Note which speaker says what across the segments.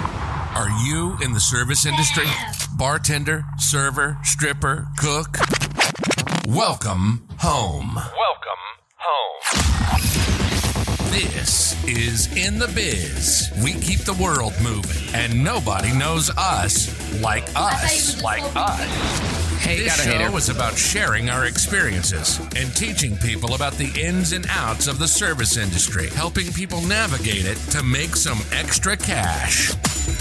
Speaker 1: Are you in the service industry? Bartender, server, stripper, cook? Welcome home.
Speaker 2: Welcome home.
Speaker 1: This is In the Biz. We keep the world moving, and nobody knows us like us. Like us.
Speaker 3: Hey,
Speaker 1: This
Speaker 3: got a
Speaker 1: show
Speaker 3: hater.
Speaker 1: is about sharing our experiences and teaching people about the ins and outs of the service industry, helping people navigate it to make some extra cash.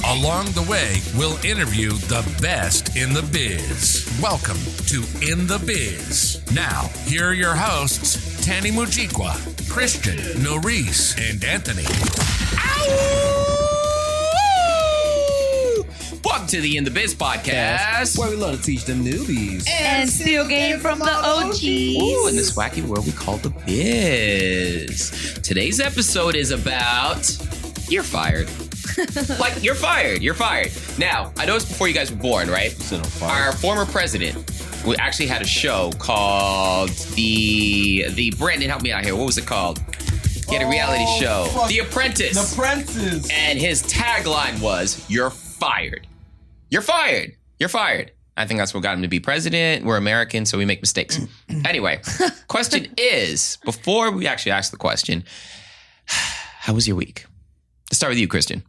Speaker 1: Along the way, we'll interview the best in the biz. Welcome to In the Biz. Now, here are your hosts, Tani Mujikwa, Christian, Norris, and Anthony.
Speaker 3: Welcome to the In the Biz podcast.
Speaker 4: Where we love to teach them newbies.
Speaker 5: and still game from the
Speaker 3: Ooh,
Speaker 5: OGs.
Speaker 3: in this wacky world we call the biz. Today's episode is about you're fired. like you're fired. You're fired. Now I know it's before you guys were born, right? Our former president we actually had a show called the the Brandon. Help me out here. What was it called? He had a reality
Speaker 4: Oh,
Speaker 3: show,
Speaker 4: fuck.
Speaker 3: The Apprentice.
Speaker 4: The Princes.
Speaker 3: and his tagline was "You're fired. You're fired. You're fired." I think that's what got him to be president. We're American, so we make mistakes. anyway, question is: before we actually ask the question, how was your week? Let's start with you, Christian.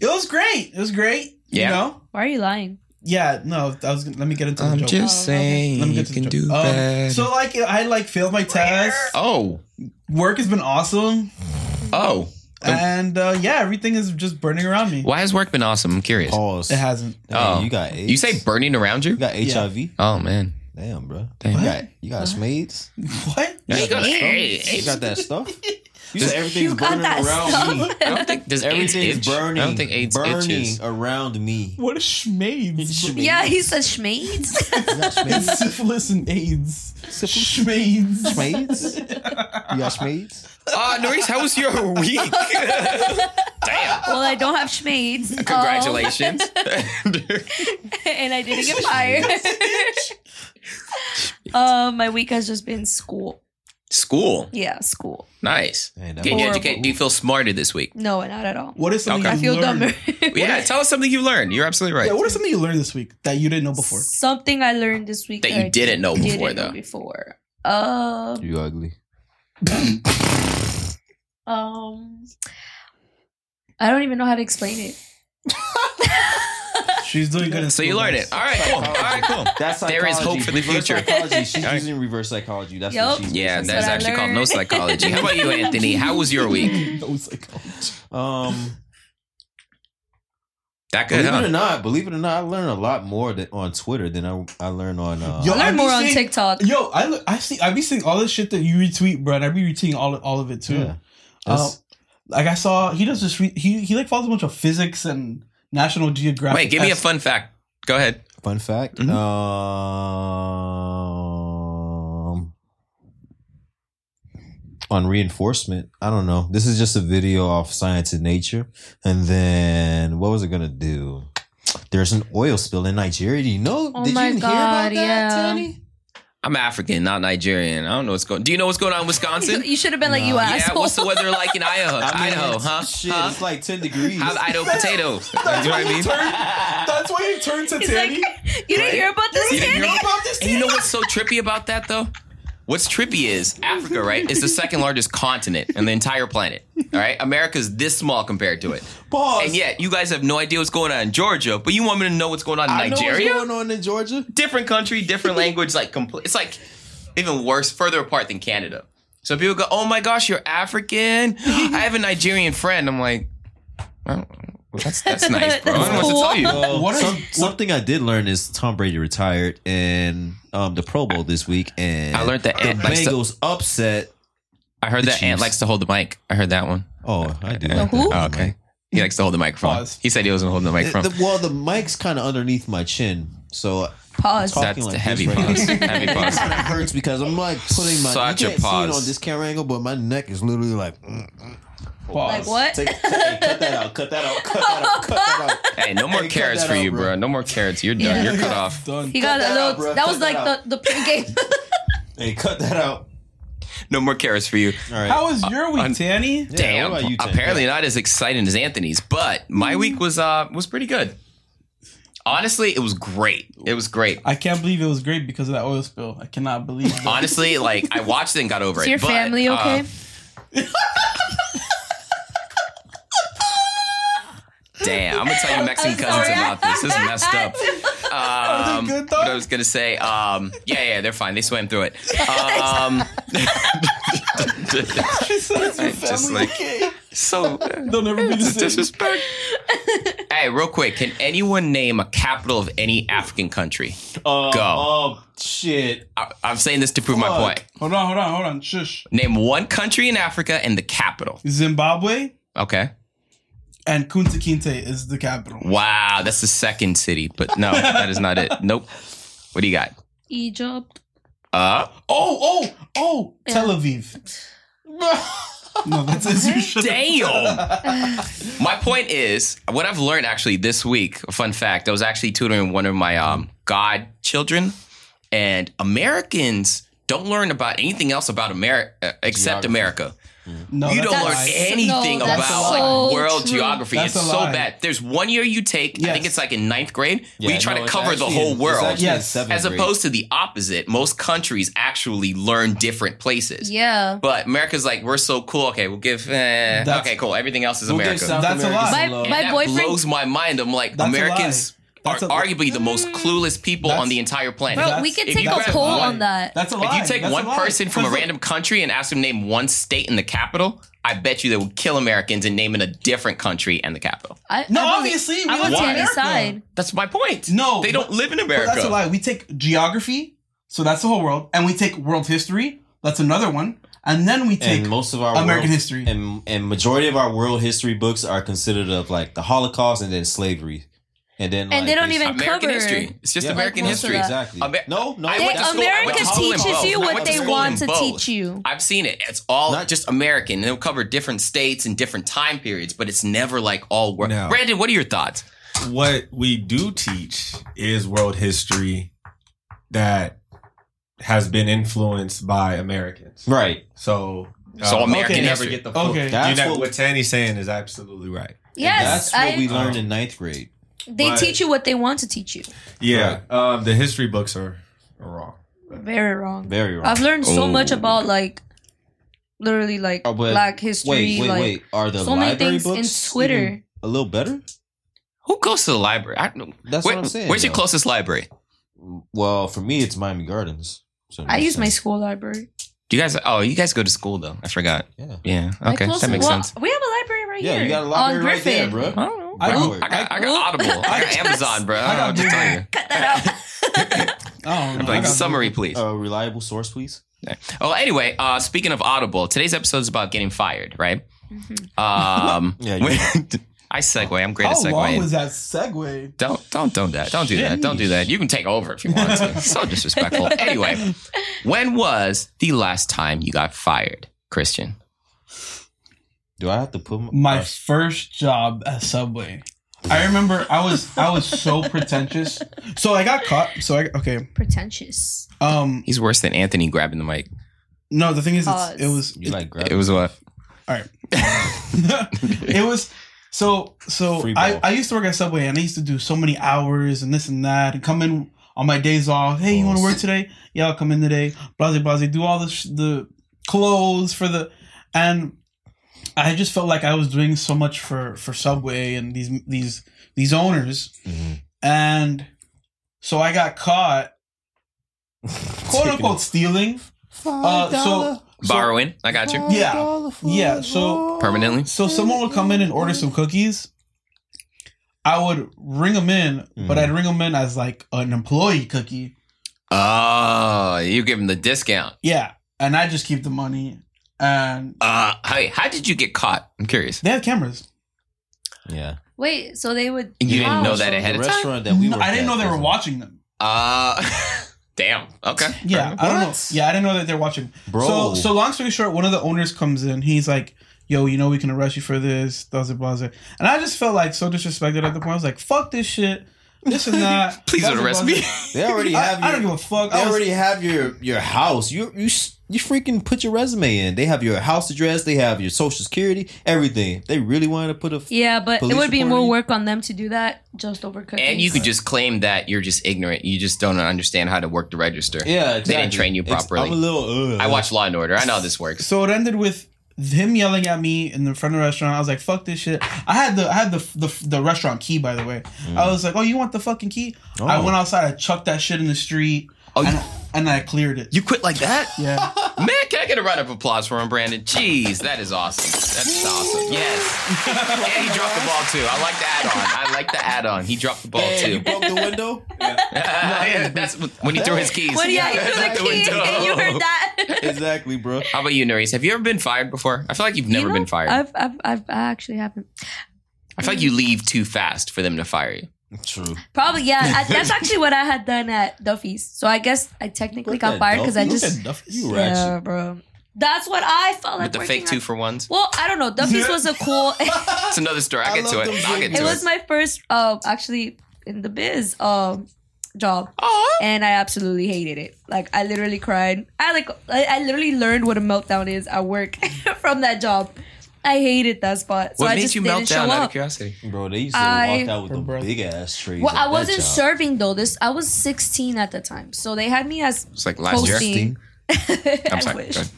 Speaker 4: It was great. It was great.
Speaker 3: Yeah.
Speaker 4: You know?
Speaker 5: Why are you lying?
Speaker 4: Yeah, no, I was gonna, let me get into the joke. Oh,
Speaker 5: just saying
Speaker 4: let me get to the joke. Um, So like I like failed my test.
Speaker 3: oh,
Speaker 4: Work has been awesome.
Speaker 3: oh,
Speaker 4: And uh, yeah, everything is just burning around me.
Speaker 3: why has work been awesome? I'm curious.
Speaker 6: Pause.
Speaker 4: It hasn't.
Speaker 6: Damn,
Speaker 3: Oh.
Speaker 6: you got AIDS.
Speaker 3: You say burning around you?
Speaker 6: you got
Speaker 4: Yeah.
Speaker 6: HIV.
Speaker 3: Oh man.
Speaker 6: Damn, bro.
Speaker 3: Damn.
Speaker 6: You got you got SMADs.
Speaker 4: What?
Speaker 3: You got
Speaker 6: You
Speaker 3: AIDS.
Speaker 6: got that stuff. You said everything's
Speaker 5: You got
Speaker 6: burning
Speaker 5: that
Speaker 6: around me.
Speaker 3: I don't think does AIDS
Speaker 6: Everything's
Speaker 3: itch?
Speaker 6: burning.
Speaker 3: I don't think AIDS
Speaker 6: burning
Speaker 3: itches.
Speaker 6: around me.
Speaker 4: What is schmades?
Speaker 6: Schmades.
Speaker 5: Yeah, he said schmades.
Speaker 6: You got
Speaker 4: It's
Speaker 6: SMADs.
Speaker 4: syphilis and AIDS. Schmades.
Speaker 6: SMADs. You got SMADs.
Speaker 3: Uh, Norris, how was your week? Damn.
Speaker 5: well, I don't have schmades. um,
Speaker 3: Congratulations.
Speaker 5: and I didn't get fired. um, my week has just been school.
Speaker 3: School.
Speaker 5: Yeah, school.
Speaker 3: Nice.
Speaker 6: Man, that
Speaker 3: Getting
Speaker 6: was-
Speaker 3: you
Speaker 5: Horrible.
Speaker 3: educated. Do you feel smarter this week?
Speaker 5: No, not at all.
Speaker 4: What is something
Speaker 3: Okay.
Speaker 4: you
Speaker 5: I feel
Speaker 4: learned?
Speaker 5: dumber.
Speaker 3: Yeah, tell us something you learned. You're absolutely right.
Speaker 4: Yeah, what is something you learned this week that you didn't know before?
Speaker 5: Something I learned this week
Speaker 3: That you
Speaker 5: I
Speaker 3: didn't know before,
Speaker 5: didn't know
Speaker 3: though.
Speaker 5: Before. Um,
Speaker 6: You ugly.
Speaker 5: um, I don't even know how to explain it.
Speaker 4: She's doing good in
Speaker 3: so
Speaker 4: school,
Speaker 3: you learned
Speaker 4: guys.
Speaker 3: it. All right, cool. All right, cool.
Speaker 6: That's
Speaker 3: There is hope
Speaker 6: psychology.
Speaker 3: for the
Speaker 6: Reverse
Speaker 3: future.
Speaker 6: Psychology. She's
Speaker 3: All right.
Speaker 6: using reverse psychology. That's
Speaker 5: Yup.
Speaker 6: what she's
Speaker 3: Yeah,
Speaker 6: using.
Speaker 3: that's
Speaker 5: That's what I
Speaker 3: actually called no
Speaker 5: learned.
Speaker 3: psychology. How about you, Anthony? How was your week?
Speaker 4: No psychology.
Speaker 6: Um,
Speaker 3: That good,
Speaker 6: believe it or
Speaker 3: huh?
Speaker 6: not, believe it or not, I learned a lot more that, on Twitter than I I learned on. Uh,
Speaker 4: Yo,
Speaker 5: I learned
Speaker 4: I be
Speaker 5: more on
Speaker 4: seeing-
Speaker 5: TikTok.
Speaker 4: Yo, I look- I see I be seeing all this shit that you retweet, bro, and I be retweeting all all of it too.
Speaker 6: Yeah.
Speaker 4: Uh,
Speaker 6: That's-
Speaker 4: like I saw he does this re- he he like follows a bunch of physics and National Geographic.
Speaker 3: Wait, give me a
Speaker 4: as-
Speaker 3: fun fact. Go ahead.
Speaker 6: Fun fact.
Speaker 3: Mhm.
Speaker 6: Um, on reinforcement, I don't know. This is just a video off Science and Nature. And then what was it gonna do? There's an oil spill in Nigeria. Do you know?
Speaker 5: Oh
Speaker 6: did
Speaker 5: my
Speaker 6: you even hear about
Speaker 5: God,
Speaker 6: that,
Speaker 5: yeah.
Speaker 6: Tani?
Speaker 3: I'm African, not Nigerian. I don't know what's going. Do you know what's going on in Wisconsin?
Speaker 5: You should have been like, you
Speaker 6: Nah.
Speaker 3: yeah.
Speaker 5: asshole.
Speaker 3: What's the weather like in Idaho?
Speaker 6: I mean,
Speaker 3: Idaho, huh?
Speaker 6: Shit,
Speaker 3: Huh?
Speaker 6: it's like 10 degrees.
Speaker 3: Have Idaho potatoes. You know what I mean?
Speaker 4: That's why you turned to
Speaker 5: He's like,
Speaker 4: Tanny.
Speaker 5: you didn't hear about this,
Speaker 3: didn't hear
Speaker 5: Tanny?
Speaker 4: about this
Speaker 3: And you know what's so trippy about that though? What's trippy is Africa, right? Is the second largest continent on the entire planet. All right, America's this small compared to it,
Speaker 6: Pause.
Speaker 3: and yet you guys have no idea what's going on in Georgia, but you want me to know what's going on in
Speaker 6: I know what's
Speaker 3: Nigeria?
Speaker 6: going on in Georgia?
Speaker 3: different country, different language, like complete. It's like even worse, further apart than Canada. So people go, "Oh my gosh, you're African." I have a Nigerian friend. I'm like, well, that's that's nice, bro. I don't know what to tell you.
Speaker 4: What is-
Speaker 6: some,
Speaker 4: what-
Speaker 6: something I did learn is Tom Brady retired and um, the Pro Bowl this week, and
Speaker 3: I learned that
Speaker 6: the
Speaker 3: Ant likes to-
Speaker 6: Bengals upset.
Speaker 3: I heard
Speaker 6: The
Speaker 3: that Ant
Speaker 6: Chiefs.
Speaker 3: likes to hold the mic. I heard that one.
Speaker 6: Oh, I do.
Speaker 3: The
Speaker 6: like
Speaker 5: who?
Speaker 6: that.
Speaker 3: Oh, okay. He likes to hold the microphone.
Speaker 4: Pause.
Speaker 3: He said he wasn't holding the
Speaker 6: The-
Speaker 3: microphone.
Speaker 6: the- well, the mic's kind of underneath my chin, so
Speaker 5: Pause.
Speaker 6: Talk-
Speaker 3: That's
Speaker 6: like
Speaker 3: the
Speaker 6: this
Speaker 3: heavy
Speaker 6: right
Speaker 3: pause.
Speaker 6: here.
Speaker 3: heavy
Speaker 6: it
Speaker 3: pause.
Speaker 6: kind of hurts because I'm like putting my
Speaker 3: Such a
Speaker 6: you can't
Speaker 3: pause.
Speaker 6: see it on this camera angle, but my neck is literally like. mm,
Speaker 5: Like
Speaker 4: Pause.
Speaker 5: what?
Speaker 6: take, take- hey, cut that out! Cut that out! Cut that out! Cut that out!
Speaker 3: Hey, no more
Speaker 6: Hey, cut
Speaker 3: carrots
Speaker 6: that
Speaker 3: for
Speaker 6: out,
Speaker 3: you, bro.
Speaker 6: bro.
Speaker 3: No more carrots. You're done.
Speaker 5: Yeah.
Speaker 3: You're cut off.
Speaker 4: Done.
Speaker 5: He got
Speaker 6: that
Speaker 5: a
Speaker 6: out,
Speaker 5: little.
Speaker 6: bro.
Speaker 5: that
Speaker 6: Cut
Speaker 5: was
Speaker 6: that
Speaker 5: like the the pregame.
Speaker 6: Hey, cut that out!
Speaker 3: no more carrots for you.
Speaker 6: All right.
Speaker 4: How was your week,
Speaker 3: uh, un-
Speaker 4: Tanny?
Speaker 6: Yeah,
Speaker 3: Damn.
Speaker 6: what about you, Tank?
Speaker 3: apparently not as exciting as Anthony's, but my week was uh was pretty good. Honestly, it was great. It was great.
Speaker 4: I can't believe it was great because of that oil spill. I cannot believe that.
Speaker 3: Honestly, like I watched it and got over
Speaker 5: Is
Speaker 3: it.
Speaker 5: your
Speaker 3: but,
Speaker 5: family
Speaker 3: uh,
Speaker 5: okay?
Speaker 3: Damn, I'm gonna tell you Mexican
Speaker 5: I'm
Speaker 3: cousins
Speaker 5: sorry.
Speaker 3: about this. This is messed up. Um,
Speaker 4: good,
Speaker 3: what I
Speaker 4: though?
Speaker 3: was gonna say, um, yeah, yeah, they're fine. They swam through it. Um, just like so
Speaker 4: They'll never be the same.
Speaker 3: disrespect. hey, real quick, can anyone name a capital of any African country?
Speaker 6: Uh,
Speaker 3: Go.
Speaker 6: Oh shit.
Speaker 3: I, I'm saying this to prove my
Speaker 6: Fuck.
Speaker 3: point.
Speaker 4: Hold on, hold on, hold on. Shush.
Speaker 3: Name one country in Africa and the capital.
Speaker 4: Zimbabwe
Speaker 3: Okay.
Speaker 4: and Kunta Kinte is the capital.
Speaker 3: Wow, that's the second city, but no, that is not it. Nope. What do you got?
Speaker 5: Egypt.
Speaker 3: Uh,
Speaker 4: Oh, oh, oh, Tel Aviv. no, that's Israel.
Speaker 3: Damn. my point is, what I've learned actually this week, a fun fact, I was actually tutoring one of my um, godchildren, and Americans don't learn about anything else about America except
Speaker 6: Geography.
Speaker 3: America.
Speaker 4: No,
Speaker 3: you
Speaker 4: Oh, that's
Speaker 3: don't
Speaker 4: a
Speaker 3: learn
Speaker 4: lie.
Speaker 3: anything
Speaker 5: no,
Speaker 3: about
Speaker 5: that's
Speaker 3: like
Speaker 5: so
Speaker 3: world
Speaker 5: true.
Speaker 3: geography.
Speaker 4: That's
Speaker 3: it's
Speaker 4: a
Speaker 3: so
Speaker 4: lie.
Speaker 3: bad. There's one year you take, I think
Speaker 4: Yes.
Speaker 3: it's like in ninth grade, where
Speaker 6: Yeah,
Speaker 3: you try
Speaker 6: no,
Speaker 3: to
Speaker 6: it's
Speaker 3: cover the
Speaker 6: actually
Speaker 3: whole
Speaker 6: in- it's
Speaker 3: world.
Speaker 6: actually in
Speaker 4: Yes.
Speaker 6: seventh
Speaker 3: As
Speaker 6: grade.
Speaker 3: opposed to the opposite, most countries actually learn different places.
Speaker 5: Yeah.
Speaker 3: But America's like, we're so cool. Okay, we'll give. Eh,
Speaker 4: That's-
Speaker 3: okay, cool. Everything else is
Speaker 6: We'll give
Speaker 3: America.
Speaker 6: South
Speaker 4: That's a
Speaker 6: America
Speaker 4: lie.
Speaker 6: some
Speaker 5: My-
Speaker 6: love.
Speaker 5: my-
Speaker 3: that
Speaker 5: boyfriend-
Speaker 3: blows my mind. I'm like,
Speaker 4: That's a lie.
Speaker 3: Americans are
Speaker 4: That's a-
Speaker 3: arguably the most clueless people on
Speaker 4: That's-
Speaker 3: the entire planet.
Speaker 5: Bro, we
Speaker 4: That's-
Speaker 5: could
Speaker 3: if
Speaker 5: take
Speaker 3: you
Speaker 5: a
Speaker 3: guys
Speaker 5: poll
Speaker 3: lie-
Speaker 5: on that.
Speaker 4: That's a lie.
Speaker 3: if you take
Speaker 4: That's
Speaker 3: one
Speaker 4: a lie.
Speaker 3: person from a
Speaker 4: Because
Speaker 3: random country and ask them to name one state and the capital, I bet you they will kill Americans in naming a different country and the capital.
Speaker 5: I,
Speaker 4: No,
Speaker 5: I
Speaker 4: obviously, we
Speaker 5: I'm on
Speaker 4: live in
Speaker 5: Tanny's
Speaker 4: America.
Speaker 5: side.
Speaker 3: That's my point.
Speaker 4: No,
Speaker 3: they don't live in
Speaker 4: But
Speaker 3: America.
Speaker 4: that's a lie. We take geography, so that's the whole world, and we take world history, that's another one, and then we take
Speaker 6: and most of our
Speaker 4: American
Speaker 6: world-
Speaker 4: history.
Speaker 6: and and majority of our world history books are considered of like the Holocaust and then slavery, and then like,
Speaker 5: And they don't even
Speaker 3: American
Speaker 5: cover.
Speaker 3: history. It's just
Speaker 6: Yeah.
Speaker 3: American
Speaker 5: Like most of
Speaker 3: history.
Speaker 5: that.
Speaker 6: exactly.
Speaker 3: Amer-
Speaker 6: no, no,
Speaker 3: I
Speaker 5: They,
Speaker 3: went to school- I went
Speaker 5: America
Speaker 3: to school in
Speaker 5: teaches
Speaker 3: both.
Speaker 5: you
Speaker 3: I
Speaker 5: what
Speaker 3: went to
Speaker 5: they
Speaker 3: school in
Speaker 5: want to
Speaker 3: both.
Speaker 5: teach you.
Speaker 3: I've seen it. It's all
Speaker 6: Not-
Speaker 3: just American. They'll cover different states and different time periods, but it's never like all world.
Speaker 7: No.
Speaker 3: Brandon, what are your thoughts?
Speaker 7: what we do teach is world history that has been influenced by Americans.
Speaker 6: right.
Speaker 7: So,
Speaker 3: So American
Speaker 7: you never
Speaker 3: history.
Speaker 7: get the full.
Speaker 4: Okay.
Speaker 7: You
Speaker 6: That's
Speaker 7: never,
Speaker 6: what-
Speaker 7: what Tanny's saying is absolutely right.
Speaker 5: Yes,
Speaker 6: That's what
Speaker 5: I-
Speaker 6: we learned in ninth grade.
Speaker 5: they
Speaker 7: Right.
Speaker 5: teach you what they want to teach you.
Speaker 7: Yeah, um, the history books are, are wrong.
Speaker 5: Very wrong.
Speaker 6: Very wrong.
Speaker 5: I've learned so much
Speaker 3: Oh.
Speaker 5: about like literally like
Speaker 6: Oh, but
Speaker 5: black history,
Speaker 6: wait, wait,
Speaker 5: like
Speaker 6: wait. Are the
Speaker 5: so many
Speaker 6: library
Speaker 5: things
Speaker 6: books
Speaker 5: in Twitter.
Speaker 6: even a little better?
Speaker 3: Who goes to the library? I don't know.
Speaker 6: That's what I'm saying,
Speaker 3: Where's your
Speaker 6: though.
Speaker 3: closest library?
Speaker 6: Well, for me, it's Miami Gardens. So it
Speaker 5: I
Speaker 6: makes
Speaker 5: use my
Speaker 6: sense.
Speaker 5: school library.
Speaker 3: Do you guys? Oh, you guys go to school though. I forgot.
Speaker 6: Yeah.
Speaker 3: Yeah.
Speaker 5: My
Speaker 3: Okay,
Speaker 5: closest-
Speaker 3: that makes
Speaker 5: well,
Speaker 3: sense.
Speaker 5: We have a library right
Speaker 6: Yeah,
Speaker 5: here.
Speaker 6: you got a library
Speaker 5: on
Speaker 6: right there,
Speaker 5: Griffin.
Speaker 6: bro.
Speaker 3: I don't know.
Speaker 4: I-
Speaker 6: Broward.
Speaker 3: I got, I got Audible. I got Amazon, bro. I don't know what to tell you.
Speaker 5: Cut that out.
Speaker 4: I don't
Speaker 3: I'm
Speaker 4: know. Oh, I
Speaker 3: like
Speaker 4: got-
Speaker 3: summary, please.
Speaker 6: A reliable source, please.
Speaker 3: Oh, anyway, uh, speaking of Audible, today's episode is about getting fired, right?
Speaker 5: Mm-hmm.
Speaker 3: Um,
Speaker 6: Yeah, you-
Speaker 3: I segue. I'm great
Speaker 4: How
Speaker 3: at segueing.
Speaker 4: long was that segue?
Speaker 3: Don't don't don't that. Don't do that. Don't do that. You can take over if you want to. so disrespectful. Anyway, when was the last time you got fired, Christian?
Speaker 6: Do I have to put my,
Speaker 4: My
Speaker 6: uh,
Speaker 4: first job at Subway. I remember I was I was so pretentious. So I got caught. So I okay.
Speaker 5: Pretentious.
Speaker 4: Um
Speaker 3: He's worse than Anthony grabbing the mic.
Speaker 4: no, the thing is it's, it
Speaker 5: Pause.
Speaker 4: was
Speaker 6: you like grab
Speaker 3: It was what?
Speaker 4: it was so so
Speaker 6: Free
Speaker 4: I,
Speaker 6: ball.
Speaker 4: I used to work at Subway and I used to do so many hours and this and that and come in on my days off. Hey, you want to work today? Yeah, I'll come in today. Blase blase. Do all the sh- the clothes for the and I just felt like I was doing so much for for Subway and these these these owners
Speaker 6: Mhm.
Speaker 4: and so I got caught quote unquote stealing. Uh, so, so
Speaker 3: Borrowing. I got you.
Speaker 6: Mm-hmm.
Speaker 4: yeah yeah so
Speaker 3: Permanently.
Speaker 4: so someone would come in and order some cookies. I would ring them in, but
Speaker 6: Mhm.
Speaker 4: I'd ring them in as like an employee cookie.
Speaker 3: Oh, you give him the discount.
Speaker 4: Yeah, and I just keep the money. And
Speaker 3: Uh, hey, how did you get caught? I'm curious.
Speaker 4: they had cameras.
Speaker 6: Yeah.
Speaker 5: Wait, so they would.
Speaker 3: You didn't
Speaker 5: Wow.
Speaker 3: know that
Speaker 5: So-
Speaker 3: ahead
Speaker 6: The
Speaker 3: of time.
Speaker 6: restaurant that we
Speaker 4: No,
Speaker 6: worked
Speaker 4: I didn't
Speaker 6: at
Speaker 4: know they were
Speaker 6: was a-
Speaker 4: watching them.
Speaker 3: Uh, damn. Okay.
Speaker 4: Yeah, I don't know.
Speaker 6: What?
Speaker 4: Yeah, I didn't know that they're watching.
Speaker 6: Bro.
Speaker 4: So, so long story short, one of the owners comes in. He's like, "Yo, you know we can arrest you for this." Blah blah blah. blah." And I just felt like so disrespected at the point. I was like, "Fuck this shit." This and that.
Speaker 3: Please
Speaker 4: blah,
Speaker 3: don't
Speaker 4: blah,
Speaker 3: arrest
Speaker 4: blah.
Speaker 3: me.
Speaker 6: they already
Speaker 4: I,
Speaker 6: have.
Speaker 4: I don't
Speaker 6: your-
Speaker 4: give a fuck.
Speaker 6: They
Speaker 4: I was-
Speaker 6: already have your your house. You you s- you freaking put your resume in. They have your house address, they have your social security, everything. If They really wanted to put a f-
Speaker 5: Yeah, but
Speaker 6: Police
Speaker 5: it would be
Speaker 6: report
Speaker 5: more
Speaker 6: you-
Speaker 5: work on them to do that just over cookies.
Speaker 3: And you could just claim that you're just ignorant. You just don't understand how to work the register.
Speaker 6: yeah. Exactly.
Speaker 3: didn't train you
Speaker 6: It's-
Speaker 3: properly.
Speaker 6: I'm a little. Uh,
Speaker 3: I watch Law and Order. I know how this works.
Speaker 4: So it ended with him yelling at me in the front of the restaurant. I was like, "Fuck this shit." I had the I had the the, the restaurant key by the way.
Speaker 3: Mm.
Speaker 4: I was like, "Oh, you want the fucking key?" I
Speaker 6: Oh.
Speaker 4: went outside. I chucked that shit in the street.
Speaker 3: Oh,
Speaker 4: and,
Speaker 3: you-
Speaker 4: and I cleared it.
Speaker 3: You quit like that?
Speaker 4: yeah.
Speaker 3: Man, can I get a round of applause for him, Brandon? Jeez, that is awesome. That's awesome. Yes. And he dropped the ball too. I like the add-on. I like the add-on. He dropped the ball
Speaker 6: Hey, you
Speaker 3: too.
Speaker 6: broke the window.
Speaker 3: Yeah, That's when he threw his keys.
Speaker 5: Well, yeah, you
Speaker 3: Out the
Speaker 5: threw the key
Speaker 3: window.
Speaker 5: and you heard that.
Speaker 6: exactly, bro.
Speaker 3: How about you, Nerys? Have you ever been fired before? I feel like you've never
Speaker 5: You know,
Speaker 3: been fired. i
Speaker 5: I've, I've, I've, I actually haven't.
Speaker 3: feel like you leave too fast for them to fire you.
Speaker 6: True.
Speaker 5: Probably, yeah. I- that's actually what I had done at Duffy's. So I guess I technically got fired because I just.
Speaker 6: you were actually.
Speaker 5: Yeah, bro. That's what I felt like.
Speaker 3: With the
Speaker 5: working
Speaker 3: fake two
Speaker 5: at-
Speaker 3: for ones.
Speaker 5: Well, I don't know. Duffy's was a cool.
Speaker 3: It's another story. I'll
Speaker 6: I
Speaker 3: get to
Speaker 6: love
Speaker 3: it.
Speaker 6: them
Speaker 3: I'll get
Speaker 6: big
Speaker 5: it
Speaker 3: to
Speaker 5: was
Speaker 3: it.
Speaker 5: my first, um, actually, in the biz um, job. And I absolutely hated it. Like, I literally cried. I like, I, I literally learned what a meltdown is at work from that job. I hated that spot. So
Speaker 3: What
Speaker 5: I
Speaker 3: made
Speaker 5: just
Speaker 3: you
Speaker 5: didn't
Speaker 3: melt
Speaker 5: show
Speaker 3: down out of
Speaker 5: up.
Speaker 3: curiosity?
Speaker 6: Bro, they used to
Speaker 5: I-
Speaker 6: walk out with the
Speaker 4: Bro.
Speaker 6: big ass trees.
Speaker 5: Well,
Speaker 6: at
Speaker 5: I
Speaker 6: that
Speaker 5: wasn't
Speaker 6: job.
Speaker 5: serving though. This I was 16 at the time, so they had me as
Speaker 3: It's like last year.
Speaker 5: Posting.
Speaker 3: I'm
Speaker 5: I
Speaker 3: sorry.
Speaker 5: wish.
Speaker 3: Go ahead.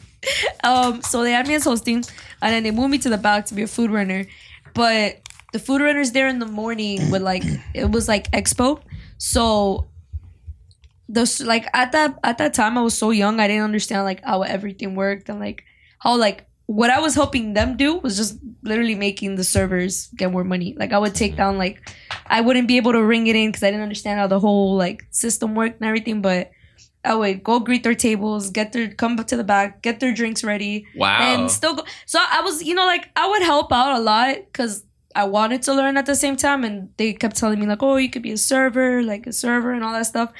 Speaker 5: Um, so they had me as hosting, and then they moved me to the back to be a food runner. But the food runners there in the morning would like it was like expo, so those like at that at that time I was so young I didn't understand like how everything worked and like how like what I was helping them do was just literally making the servers get more money. Like I would take down like I wouldn't be able to ring it in because I didn't understand how the whole like system worked and everything, but I would go greet their tables, get their come to the back, get their drinks ready,
Speaker 3: Wow.
Speaker 5: and still go. So I was, you know, like I would help out a lot because I wanted to learn at the same time, and they kept telling me like, "Oh, you could be a server, like a server, and all that stuff."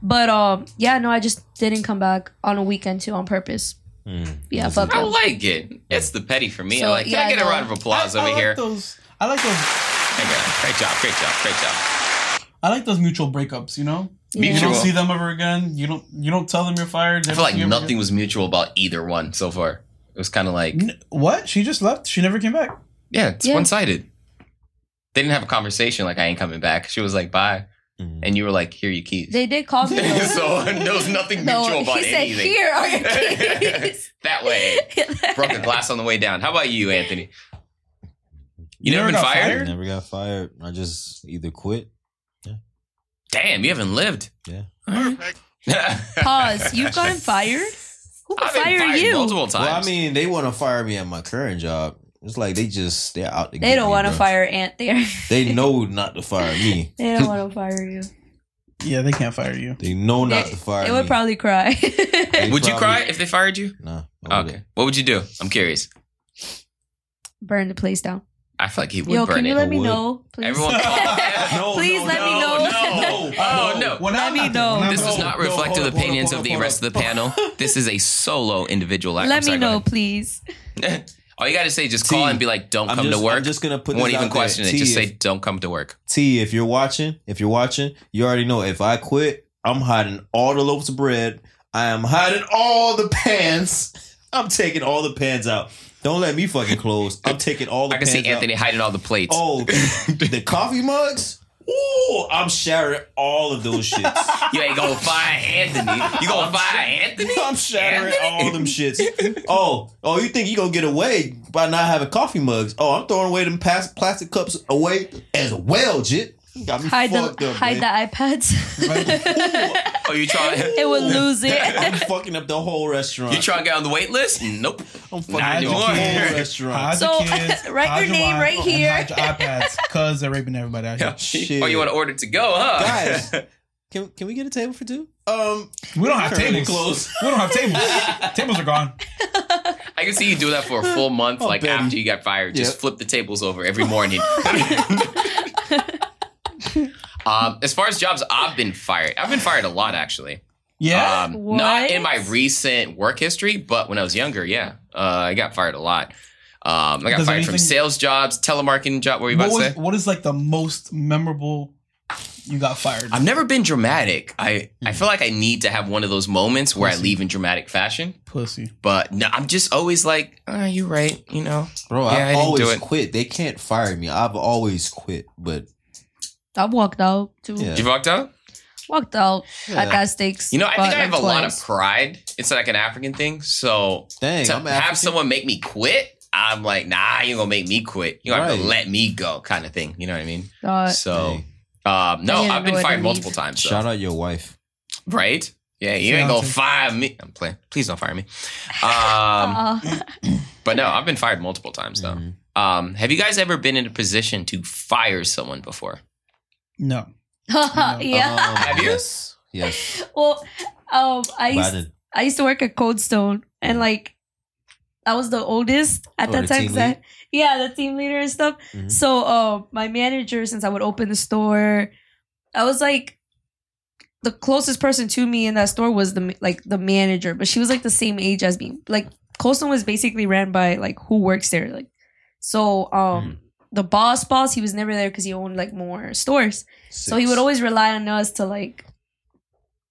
Speaker 5: But um, yeah, no, I just didn't come back on a weekend too on purpose.
Speaker 3: Hmm.
Speaker 6: Mm.
Speaker 5: Yeah, fuck
Speaker 3: I
Speaker 5: them.
Speaker 3: like it. It's the petty for me. I
Speaker 5: So,
Speaker 3: like. Can I
Speaker 5: yeah,
Speaker 3: get a
Speaker 5: no.
Speaker 3: round of applause
Speaker 4: I, I
Speaker 3: over
Speaker 4: like
Speaker 3: here?
Speaker 4: Those, I like those.
Speaker 3: Thank you. Great job. Great job. Great job.
Speaker 4: I like those mutual breakups. You know,
Speaker 5: Yeah.
Speaker 4: you
Speaker 3: Mutual.
Speaker 4: don't see them ever again. You don't. You don't tell them you're fired.
Speaker 3: I feel like nothing was mutual about either one so far. It was kind of like,
Speaker 4: What? She just left. She never came back.
Speaker 3: yeah, it's
Speaker 5: Mm-hmm. Yeah.
Speaker 3: one sided. They didn't have a conversation like I ain't coming back. She was like, bye,
Speaker 6: Mm.
Speaker 3: and you were like, here are your keys.
Speaker 5: They did call me. though.
Speaker 3: so there was nothing
Speaker 5: No,
Speaker 3: mutual about
Speaker 5: he said,
Speaker 3: anything.
Speaker 5: "Here are your keys."
Speaker 3: that way, broke a glass on the way down. How about you, Anthony? You,
Speaker 4: You
Speaker 3: never,
Speaker 4: never
Speaker 3: been
Speaker 4: got
Speaker 3: fired?
Speaker 4: fired?
Speaker 6: Never got fired. I just either quit.
Speaker 3: Damn, you haven't lived.
Speaker 6: Yeah.
Speaker 5: Pause. You've gotten fired. Who would
Speaker 3: I've been
Speaker 5: fire
Speaker 3: fired
Speaker 5: you?
Speaker 3: multiple times.
Speaker 6: Well, I mean, they want to fire me at my current job. It's like they just they're out. To
Speaker 5: They
Speaker 6: get
Speaker 5: don't
Speaker 6: me,
Speaker 5: want to
Speaker 6: bro.
Speaker 5: fire Ant. They are.
Speaker 6: They know not to fire me.
Speaker 5: They don't want to fire you.
Speaker 4: Yeah, they can't fire you.
Speaker 6: They know not
Speaker 5: They-
Speaker 6: to fire
Speaker 5: They
Speaker 6: me.
Speaker 5: would probably cry.
Speaker 6: They
Speaker 3: would you
Speaker 6: probably-
Speaker 3: cry if they fired you?
Speaker 6: Nah. I wouldn't.
Speaker 3: Okay. What would you do? I'm curious.
Speaker 5: Burn the place down.
Speaker 3: I feel like he would
Speaker 5: Yo,
Speaker 3: burn
Speaker 5: can you
Speaker 3: it.
Speaker 5: let me
Speaker 6: would.
Speaker 5: know, please?
Speaker 3: Everyone.
Speaker 6: No,
Speaker 5: please
Speaker 6: no,
Speaker 5: let me
Speaker 3: no,
Speaker 5: know.
Speaker 3: no. Oh, no.
Speaker 4: When
Speaker 5: Let
Speaker 4: I'm
Speaker 5: me
Speaker 4: not there,
Speaker 5: know.
Speaker 4: when I'm
Speaker 3: This
Speaker 4: not
Speaker 3: does
Speaker 4: there.
Speaker 3: not reflective
Speaker 6: hold up, hold up,
Speaker 3: opinions
Speaker 6: hold
Speaker 3: of
Speaker 6: up,
Speaker 3: the
Speaker 6: hold
Speaker 3: rest of
Speaker 6: up.
Speaker 3: the panel. This is a solo individual act. I'm
Speaker 5: let
Speaker 3: sorry,
Speaker 5: me
Speaker 3: go
Speaker 5: know,
Speaker 3: ahead.
Speaker 5: please.
Speaker 3: All you got to say is just call
Speaker 6: T,
Speaker 3: and be like, don't
Speaker 6: I'm
Speaker 3: come
Speaker 6: just,
Speaker 3: to work.
Speaker 6: I'm just gonna put.
Speaker 3: Won't
Speaker 6: this
Speaker 3: even
Speaker 6: out there.
Speaker 3: question it.
Speaker 6: T,
Speaker 3: Just
Speaker 6: if-
Speaker 3: say, don't come to work.
Speaker 6: T, if you're watching, if you're watching, you already know. If I quit, I'm hiding all the loaves of bread. I am hiding all the pants. I'm taking all the pans out. Don't let me fucking close. I'm taking all the
Speaker 3: I can
Speaker 6: pans
Speaker 3: see Anthony
Speaker 6: out.
Speaker 3: hiding all the plates.
Speaker 6: Oh, the coffee mugs. Ooh, I'm shattering all of those shits.
Speaker 3: You ain't gonna fire Anthony. You gonna
Speaker 6: Oh,
Speaker 3: fire Anthony?
Speaker 6: I'm shattering all them shits. Oh, oh, you think you gonna get away by not having coffee mugs? Oh, I'm throwing away them pas- plastic cups away as well, jit. You Got me
Speaker 5: Hide
Speaker 6: fucked
Speaker 5: the
Speaker 6: up,
Speaker 5: hide
Speaker 6: man.
Speaker 5: the iPads.
Speaker 3: Oh, you trying?
Speaker 5: it would lose
Speaker 6: I'm
Speaker 5: it.
Speaker 6: fucking up the whole restaurant.
Speaker 3: You trying to get on the wait list? Nope.
Speaker 6: I'm fucking
Speaker 3: Nah,
Speaker 6: up the
Speaker 3: you
Speaker 6: whole
Speaker 3: are.
Speaker 6: restaurant.
Speaker 4: Hide
Speaker 5: So,
Speaker 4: the kids,
Speaker 5: write
Speaker 4: hide
Speaker 5: your name
Speaker 4: wife,
Speaker 5: right
Speaker 4: and
Speaker 5: here.
Speaker 4: Hide your iPads, cause they're raping everybody out here.
Speaker 6: Shit.
Speaker 3: Oh, you want to order to go, huh?
Speaker 6: Guys. Can, can we get a table for two? Um,
Speaker 4: We don't have
Speaker 6: Currently
Speaker 4: tables.
Speaker 6: closed.
Speaker 4: We don't have tables. tables are gone.
Speaker 3: I can see you do that for a full month,
Speaker 6: Oh,
Speaker 3: like
Speaker 6: Ben.
Speaker 3: after you got fired. Just
Speaker 6: Yep.
Speaker 3: flip the tables over every morning. um, as far as jobs, I've been fired. I've been fired a lot, actually.
Speaker 4: Yeah.
Speaker 3: Um, not
Speaker 5: What?
Speaker 3: in my recent work history, but when I was younger, yeah, uh, I got fired a lot. Um, I got
Speaker 4: Does
Speaker 3: fired from
Speaker 4: anything-
Speaker 3: sales jobs, telemarketing job. What were you about
Speaker 4: what,
Speaker 3: to
Speaker 4: was,
Speaker 3: say?
Speaker 4: what is like the most memorable you got fired.
Speaker 3: I've never been dramatic. I, I feel like I need to have one of those moments where I leave in dramatic fashion.
Speaker 4: Pussy.
Speaker 3: But no, I'm just always like, oh, you're right, you know.
Speaker 6: Bro,
Speaker 3: Yeah, I
Speaker 6: I've
Speaker 3: didn't
Speaker 6: always
Speaker 3: do it.
Speaker 6: quit. They can't fire me. I've always quit, but
Speaker 5: I walked out too.
Speaker 6: Yeah.
Speaker 3: You walked out?
Speaker 5: Walked out
Speaker 6: Yeah.
Speaker 5: at that stakes.
Speaker 3: You know, I think
Speaker 5: but,
Speaker 3: I have
Speaker 5: like,
Speaker 3: a lot of
Speaker 5: twice.
Speaker 3: pride. It's like an African thing. So
Speaker 6: dang,
Speaker 3: to
Speaker 6: I'm
Speaker 3: have
Speaker 6: African.
Speaker 3: someone make me quit, I'm like, nah, you ain't gonna make me quit. You gonna have to
Speaker 6: Right.
Speaker 3: let me go, kind of thing. You know what I mean?
Speaker 5: Uh,
Speaker 3: so,
Speaker 6: Dang.
Speaker 3: um, no,
Speaker 5: I didn't
Speaker 3: I've been
Speaker 5: know I
Speaker 3: fired
Speaker 5: didn't
Speaker 3: multiple
Speaker 5: leave.
Speaker 3: times. So.
Speaker 6: Shout out your wife.
Speaker 3: Right? Yeah, you ain't
Speaker 4: Fiance.
Speaker 3: gonna fire me. I'm playing. Please don't fire me. Um,
Speaker 5: uh,
Speaker 3: but no, I've been fired multiple times though.
Speaker 6: Mhm.
Speaker 3: Um, have you guys ever been in a position to fire someone before?
Speaker 4: No.
Speaker 5: yeah.
Speaker 6: Um,
Speaker 3: Have you?
Speaker 6: Yes. Yes.
Speaker 5: well, um, I
Speaker 6: But I
Speaker 5: used,
Speaker 6: didn't-
Speaker 5: I used to work at Cold Stone, and like I was the oldest at
Speaker 6: Oh,
Speaker 5: that
Speaker 6: the
Speaker 5: time.
Speaker 6: team
Speaker 5: 'cause I-
Speaker 6: lead?
Speaker 5: yeah, the team leader and stuff.
Speaker 3: Mm-hmm.
Speaker 6: Mhm.
Speaker 5: So uh, my manager, since I would open the store, I was like the closest person to me in that store was the ma- like the manager, but she was like the same age as me. Like Colson was basically ran by like who works there. Like so,
Speaker 3: Mm-hmm.
Speaker 5: um, the boss, boss, he was never there because he owned like more stores. So he
Speaker 6: Six.
Speaker 5: would always rely on us to like,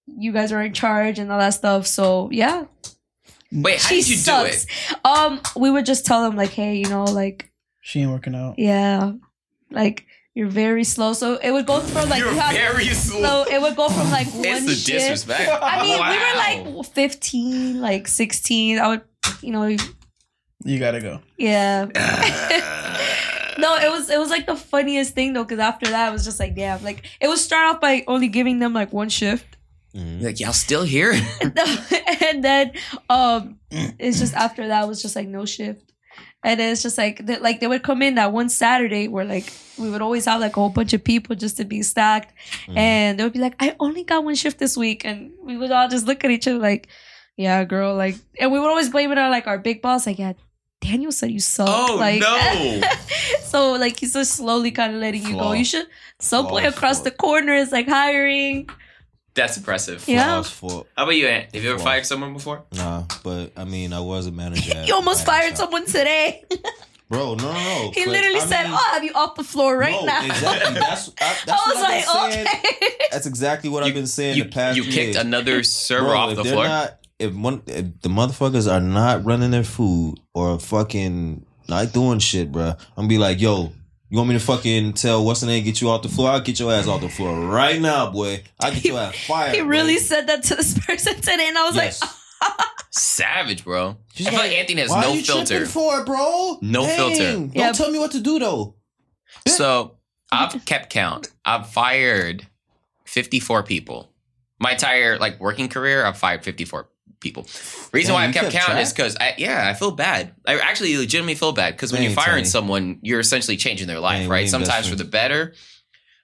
Speaker 5: you guys are in charge and all that stuff. So yeah,
Speaker 3: Wait, how did you do it?
Speaker 5: Um, we would just tell him like, hey, you know, like
Speaker 4: She ain't working out.
Speaker 5: yeah, like you're very slow. So it would go from like
Speaker 3: You're
Speaker 5: you have-
Speaker 3: very
Speaker 5: so
Speaker 3: slow.
Speaker 5: it would go from like
Speaker 3: It's
Speaker 5: one
Speaker 3: the
Speaker 5: shift.
Speaker 3: disrespect.
Speaker 5: I mean,
Speaker 3: Wow.
Speaker 5: we were like 15, like 16. I would, you know,
Speaker 4: You gotta go.
Speaker 5: yeah. no, it was it was like the funniest thing though, because after that, I was just like, damn. Like it would start off by only giving them like one shift.
Speaker 6: Mhm.
Speaker 3: like y'all still here?
Speaker 5: and then um it's just after that was just like no shift and then it's just like they, like they would come in that one saturday where like we would always have like a whole bunch of people just to be stacked
Speaker 6: Mhm.
Speaker 5: and they would be like i only got one shift this week and we would all just look at each other like yeah girl like and we would always blame it on like our big boss like yeah daniel said you suck
Speaker 3: Oh
Speaker 5: like
Speaker 3: no!
Speaker 5: so like he's just slowly kind of letting you go
Speaker 6: Flaw.
Speaker 5: you should subway
Speaker 6: Flaw,
Speaker 5: across
Speaker 6: flaw.
Speaker 5: the corner is like hiring
Speaker 3: That's impressive.
Speaker 5: Yeah.
Speaker 6: Lost for-
Speaker 3: How about you, Ant? Have you ever
Speaker 6: Wow.
Speaker 3: fired someone before?
Speaker 6: Nah, but I mean, I was a manager. at-
Speaker 5: you almost
Speaker 6: at
Speaker 5: fired
Speaker 6: Shop.
Speaker 5: someone today
Speaker 6: Bro, no, no, no.
Speaker 5: He
Speaker 6: but,
Speaker 5: literally
Speaker 6: I
Speaker 5: said,
Speaker 6: mean-
Speaker 5: "I'll have you off the floor right
Speaker 6: no,
Speaker 5: now."
Speaker 6: Exactly. That's, I, that's
Speaker 5: I
Speaker 6: what
Speaker 5: was
Speaker 6: I've been
Speaker 5: like,
Speaker 6: saying.
Speaker 5: "Okay."
Speaker 6: That's exactly what I've been saying
Speaker 3: you,
Speaker 6: the past.
Speaker 3: you kicked
Speaker 6: year.
Speaker 3: another server
Speaker 6: Bro,
Speaker 3: off
Speaker 6: if
Speaker 3: the
Speaker 6: they're
Speaker 3: floor.
Speaker 6: Not, if one, if the motherfuckers are not running their food or fucking not doing shit, bro, I'm gonna be like, yo. You want me to fucking tell what's the name get you off the floor? I'll get your ass off the floor right now, boy. I'll get your ass fired.
Speaker 5: He really
Speaker 6: boy.
Speaker 5: said that to this person today, and I was
Speaker 6: Yes.
Speaker 5: like,
Speaker 3: Savage, bro.
Speaker 6: She's
Speaker 3: I feel
Speaker 6: like,
Speaker 3: like Anthony has
Speaker 6: Why are
Speaker 3: no
Speaker 6: you
Speaker 3: filter.
Speaker 6: tripping for it, bro?
Speaker 3: No filter.
Speaker 6: Don't
Speaker 5: Yeah.
Speaker 6: tell me what to do though.
Speaker 3: So I've kept count. I've fired 54 people. My entire like working career, I've fired 54 people. Reason
Speaker 6: Damn,
Speaker 3: why I
Speaker 6: you
Speaker 3: kept,
Speaker 6: kept
Speaker 3: count
Speaker 6: track?
Speaker 3: is because I yeah, I feel bad. I actually legitimately feel bad because when
Speaker 6: Dang,
Speaker 3: you're firing
Speaker 6: Tony.
Speaker 3: someone, you're essentially changing their life,
Speaker 6: Dang, we
Speaker 3: right?
Speaker 6: ain't
Speaker 3: Sometimes
Speaker 6: best
Speaker 3: for the
Speaker 6: friends.
Speaker 3: better.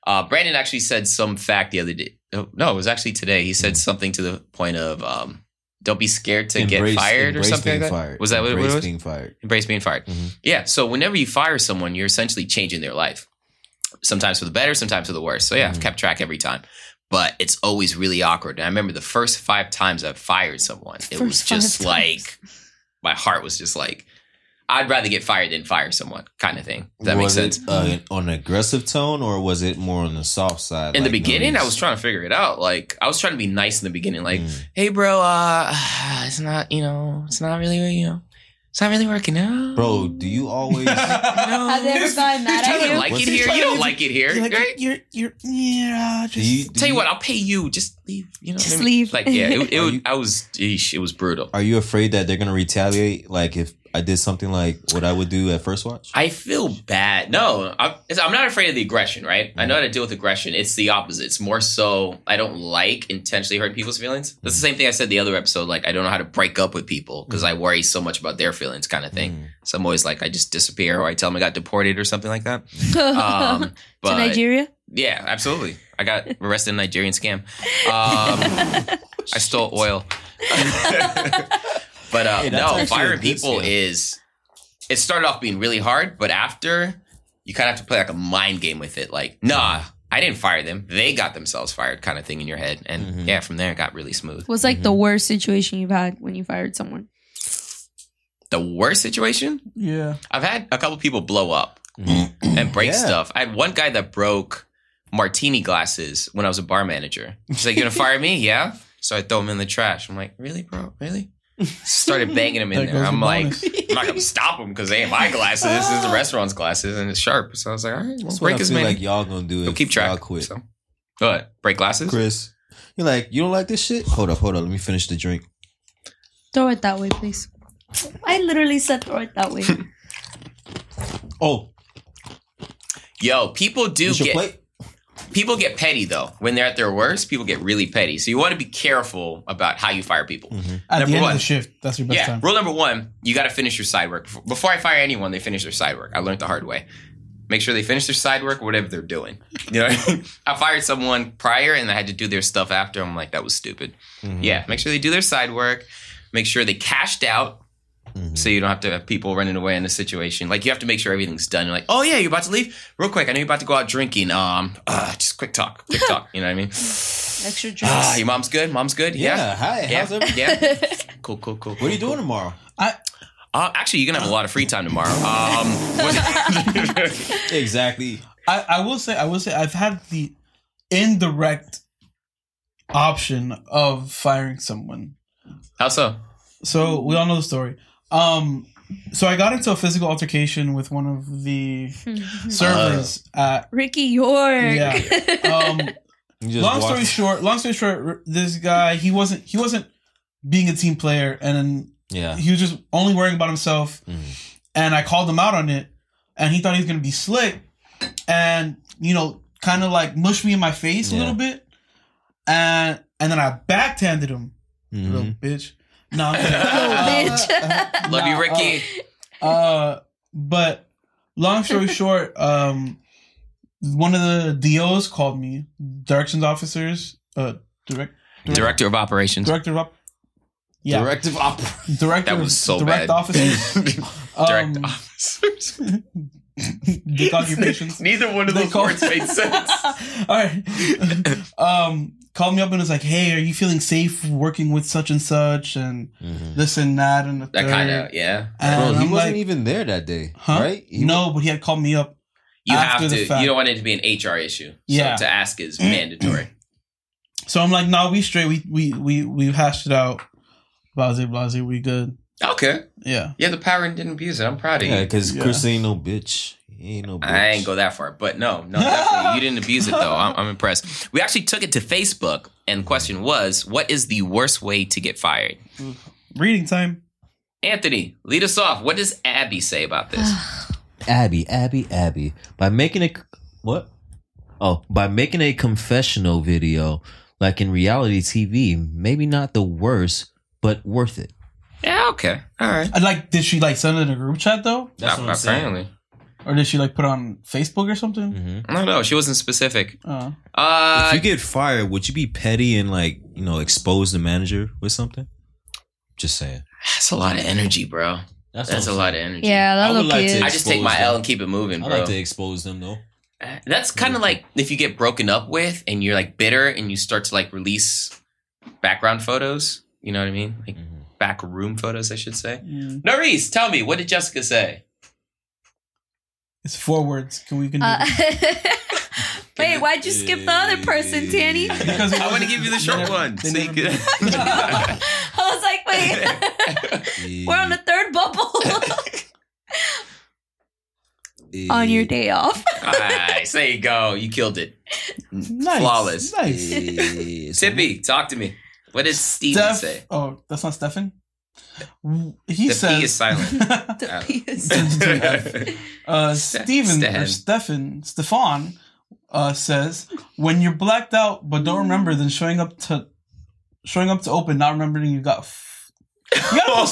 Speaker 3: Uh, Brandon actually said some fact the other day. oh, No, it was actually today. He
Speaker 6: Mm.
Speaker 3: said something to the point of um, "Don't be scared to
Speaker 6: Embrace-
Speaker 3: get fired" or
Speaker 6: embrace
Speaker 3: something like
Speaker 6: being
Speaker 3: that.
Speaker 6: fired.
Speaker 3: Was that what, what
Speaker 6: Embrace
Speaker 3: it was?
Speaker 6: Being fired.
Speaker 3: embrace being fired.
Speaker 6: Mhm.
Speaker 3: Yeah. So whenever you fire someone, you're essentially changing their life. Sometimes for the better, sometimes for the worse. So yeah, I've
Speaker 6: Mhm.
Speaker 3: kept track every time. But it's always really awkward. And I remember the first five times I fired someone, it was
Speaker 5: First five
Speaker 3: just
Speaker 5: times.
Speaker 3: like my heart was just like, I'd rather get fired than fire someone, kind of thing. Does that
Speaker 6: was
Speaker 3: makes sense?
Speaker 6: It, uh, on an aggressive tone, or was it more on the soft side?
Speaker 3: in the
Speaker 6: like,
Speaker 3: beginning,
Speaker 6: no,
Speaker 3: I was trying to figure it out. Like I was trying to be nice in the beginning, like,
Speaker 6: Mm.
Speaker 3: "Hey, bro, uh, it's not, you know, it's not really, you know, it's not really working out,
Speaker 6: bro, do you always?
Speaker 3: No.
Speaker 5: "Have they ever gotten mad
Speaker 3: You
Speaker 5: at
Speaker 3: don't
Speaker 5: you?"
Speaker 3: like
Speaker 6: What's
Speaker 3: it
Speaker 6: he
Speaker 3: here. You
Speaker 4: trying
Speaker 3: don't
Speaker 4: to-
Speaker 3: like it here.
Speaker 4: You're like,
Speaker 3: right?
Speaker 4: you're, you're, yeah,
Speaker 6: do
Speaker 4: just.
Speaker 6: you do
Speaker 3: Tell you
Speaker 6: you-
Speaker 3: what, I'll pay you. Just leave. You know,
Speaker 5: Just
Speaker 3: maybe-
Speaker 5: leave.
Speaker 3: Like yeah, it, it
Speaker 6: Are
Speaker 3: would,
Speaker 6: you-
Speaker 3: I was. Eesh, it was brutal.
Speaker 6: Are you afraid that they're gonna retaliate? Like if I did something like what I would do at first watch?
Speaker 3: I feel bad. No, I'm, it's- I'm not afraid of the aggression. Right? I know how to deal with aggression. It's the opposite. It's more so I don't like intentionally hurting people's feelings. That's the same thing I said the other episode. Like I don't know how to break up with people because I worry so much about their feelings, kind of
Speaker 6: Mm. Hmm.
Speaker 3: thing. So I'm always like I just disappear or I tell them I got deported or something like that. Um, but
Speaker 5: to Nigeria.
Speaker 3: Yeah, absolutely. I got arrested in a Nigerian scam. Um, I stole oil. but uh,
Speaker 6: Hey, that's actually
Speaker 3: no,
Speaker 6: a
Speaker 3: firing
Speaker 6: good
Speaker 3: people
Speaker 6: scam.
Speaker 3: is. It started off being really hard, but after you kind of have to play like a mind game with it. Like, nah, I didn't fire them. They got themselves fired, kind of thing in your head. And
Speaker 6: Mhm.
Speaker 3: yeah, from there it got really smooth.
Speaker 5: What's like the worst situation you've had when you fired someone?
Speaker 3: The worst situation
Speaker 4: Yeah.
Speaker 3: I've had a couple people blow up
Speaker 6: Mhm.
Speaker 3: and break
Speaker 6: Yeah.
Speaker 3: stuff. I had one guy that broke martini glasses when I was a bar manager. She's like, "You're gonna fire me? Yeah." So I throw them in the trash. I'm like, "Really, bro? Really?" Started banging them in
Speaker 4: There
Speaker 3: there.
Speaker 4: goes the
Speaker 3: I'm like,
Speaker 4: bonus.
Speaker 3: "I'm not gonna stop them because they ain't my glasses. This is the restaurant's glasses, and it's sharp." So I was like, "All right, let's
Speaker 6: That's what
Speaker 3: break
Speaker 6: I
Speaker 3: as
Speaker 6: feel
Speaker 3: many."
Speaker 6: like y'all gonna do
Speaker 3: We'll
Speaker 6: it.
Speaker 3: keep track.
Speaker 6: Y'all quit.
Speaker 3: So, what? Break glasses?
Speaker 6: Chris, you're like, you don't like this shit? Hold up, hold up. Let me finish the drink.
Speaker 5: Throw it that way, please. I literally said throw it that way.
Speaker 6: Oh,
Speaker 3: Yo, people do
Speaker 6: this your
Speaker 3: get
Speaker 6: plate?
Speaker 3: people get petty though. When they're at their worst, people get really petty. So you want to be careful about how you fire people.
Speaker 6: Mm-hmm.
Speaker 4: At
Speaker 3: Number
Speaker 4: the end
Speaker 3: one.
Speaker 4: of the shift, that's your best
Speaker 3: yeah.
Speaker 4: time.
Speaker 3: Rule number one: you got to finish your side work before, before I fire anyone. They finish their side work. I learned the hard way. Make sure they finish their side work, whatever they're doing. You know, what I mean? I fired someone prior and I had to do their stuff after. I'm like, that was stupid.
Speaker 6: Mm-hmm.
Speaker 3: Yeah, make sure they do their side work. Make sure they cashed out.
Speaker 6: Mm-hmm.
Speaker 3: So you don't have to have people running away in a situation. Like you have to make sure everything's done. You're like, oh yeah, you're about to leave real quick. I know you're about to go out drinking. Um, uh, just quick talk, quick talk. You know what I mean?
Speaker 5: Extra drinks.
Speaker 3: Ah, your mom's good. Mom's good.
Speaker 6: Yeah.
Speaker 3: Yeah,
Speaker 6: Hi.
Speaker 3: yeah,
Speaker 6: How's everything?
Speaker 3: yeah. Cool, cool, cool.
Speaker 6: What are you doing tomorrow?
Speaker 3: Uh, actually, you're gonna have a lot of free time tomorrow. Um, what-
Speaker 6: Exactly.
Speaker 4: I, I will say I will say I've had the indirect option of firing someone.
Speaker 3: How so?
Speaker 4: So we all know the story. Um, so I got into a physical altercation with one of the servers at
Speaker 5: Hmm. Ricky York.
Speaker 4: yeah. Um,
Speaker 6: You just
Speaker 4: long
Speaker 6: walked-
Speaker 4: story short, long story short, r- this guy he wasn't he wasn't being a team player, and then
Speaker 6: Yeah. Mm-hmm.
Speaker 4: he was just only worrying about himself. And I called him out on it, and he thought he was gonna be slick, and you know, kind of like mush me in my face a
Speaker 6: Yeah.
Speaker 4: little bit, and and then I backhanded him, little
Speaker 6: Mhm.
Speaker 4: bitch. No, I'm kidding.
Speaker 5: Little
Speaker 4: Uh, uh,
Speaker 3: Love
Speaker 4: nah,
Speaker 3: you, Ricky.
Speaker 4: Uh, uh, but long story short, um, one of the DOs called me, directions officers, uh, direct
Speaker 3: Director of operations.
Speaker 4: director of op- yeah,
Speaker 6: Directive opera.
Speaker 4: director
Speaker 3: That was so
Speaker 4: direct
Speaker 3: bad.
Speaker 4: officers,
Speaker 3: Direct
Speaker 4: um,
Speaker 3: officers.
Speaker 4: dick occupations.
Speaker 3: Neither one of
Speaker 4: They
Speaker 3: those
Speaker 4: call-
Speaker 3: words made sense.
Speaker 4: All right. um, called me up and was like, "Hey, are you feeling safe working with such and such and this and that and the
Speaker 3: That
Speaker 4: third?
Speaker 3: kind of yeah.
Speaker 4: And
Speaker 6: Mm-hmm. Bro, he
Speaker 4: I'm
Speaker 6: wasn't
Speaker 4: like,
Speaker 6: even there that day,
Speaker 4: huh?
Speaker 6: right? He
Speaker 4: no, but he had called me up.
Speaker 3: You
Speaker 4: After
Speaker 3: have
Speaker 4: the
Speaker 3: to. You
Speaker 4: fact.
Speaker 3: don't want it to be an HR issue. So
Speaker 4: Yeah.
Speaker 3: To ask is mandatory.
Speaker 4: So I'm like, "No, we straight. We we we we hashed it out. Blase, blase, we good.
Speaker 3: okay.
Speaker 4: Yeah.
Speaker 3: You have the power and didn't abuse it. I'm proud of
Speaker 6: Yeah,
Speaker 3: you.
Speaker 6: because
Speaker 4: Yeah.
Speaker 6: Chris ain't no bitch. He ain't no bitch.
Speaker 3: I ain't go that far, but no, no, definitely. you didn't abuse it though. I'm, I'm impressed. We actually took it to Facebook, and the question was, what is the worst way to get fired?
Speaker 4: Reading time.
Speaker 3: Anthony, lead us off. What does Abby say about this?
Speaker 6: Abby, Abby, Abby. By making a what? Oh, by making a confessional video, like in reality TV, maybe not the worst, but worth it.
Speaker 3: yeah, okay. All right.
Speaker 4: I like. Did she like send it in a group chat though,
Speaker 6: That's what I'm saying.
Speaker 3: Apparently.
Speaker 4: or did she like put it on Facebook or something?
Speaker 3: No, no, she wasn't specific.
Speaker 4: Uh,
Speaker 3: Uh,
Speaker 6: if you get fired, would you be petty and like you know expose the manager with something? Just saying.
Speaker 3: that's a lot of energy, bro. That's a lot of energy.
Speaker 5: Yeah,
Speaker 6: I
Speaker 5: that
Speaker 6: would
Speaker 5: look
Speaker 6: like
Speaker 5: cute.
Speaker 6: to-
Speaker 3: I just take my
Speaker 6: Expose them.
Speaker 3: L and keep it moving,
Speaker 6: I
Speaker 3: bro. Uh,
Speaker 6: like to expose them though.
Speaker 3: That's kind of like if you get broken up with and you're like bitter and you start to like release background photos. You know what I mean? Like back room photos, I should say.
Speaker 4: mm.
Speaker 3: Norris, tell me, what did Jessica say?
Speaker 4: It's four words. Can we can do
Speaker 5: Uh,
Speaker 4: it?
Speaker 5: Wait, why'd you skip the other person, Tanny?
Speaker 4: Because it
Speaker 3: I want to
Speaker 4: wasn't-
Speaker 3: give you the
Speaker 4: they
Speaker 3: short
Speaker 4: never-
Speaker 3: one.
Speaker 4: they
Speaker 3: so you
Speaker 4: never-
Speaker 3: could-
Speaker 5: I was like, wait, we're on the third bubble on your day off.
Speaker 3: nice. There you go. You killed it.
Speaker 4: Nice,
Speaker 3: Flawless.
Speaker 4: Nice.
Speaker 3: Tippy, talk to me. What does Steve
Speaker 4: Steph-
Speaker 3: say?
Speaker 4: Oh, that's not Stefan. He
Speaker 3: The
Speaker 4: says
Speaker 3: P is silent.
Speaker 5: The
Speaker 3: Oh.
Speaker 5: penis.
Speaker 4: uh,
Speaker 3: Ste-
Speaker 4: Steven
Speaker 3: Stan.
Speaker 4: or Stefan Stefan uh, says when you're blacked out but don't remember, then showing up to showing up to open, not remembering you got f- you, gotta put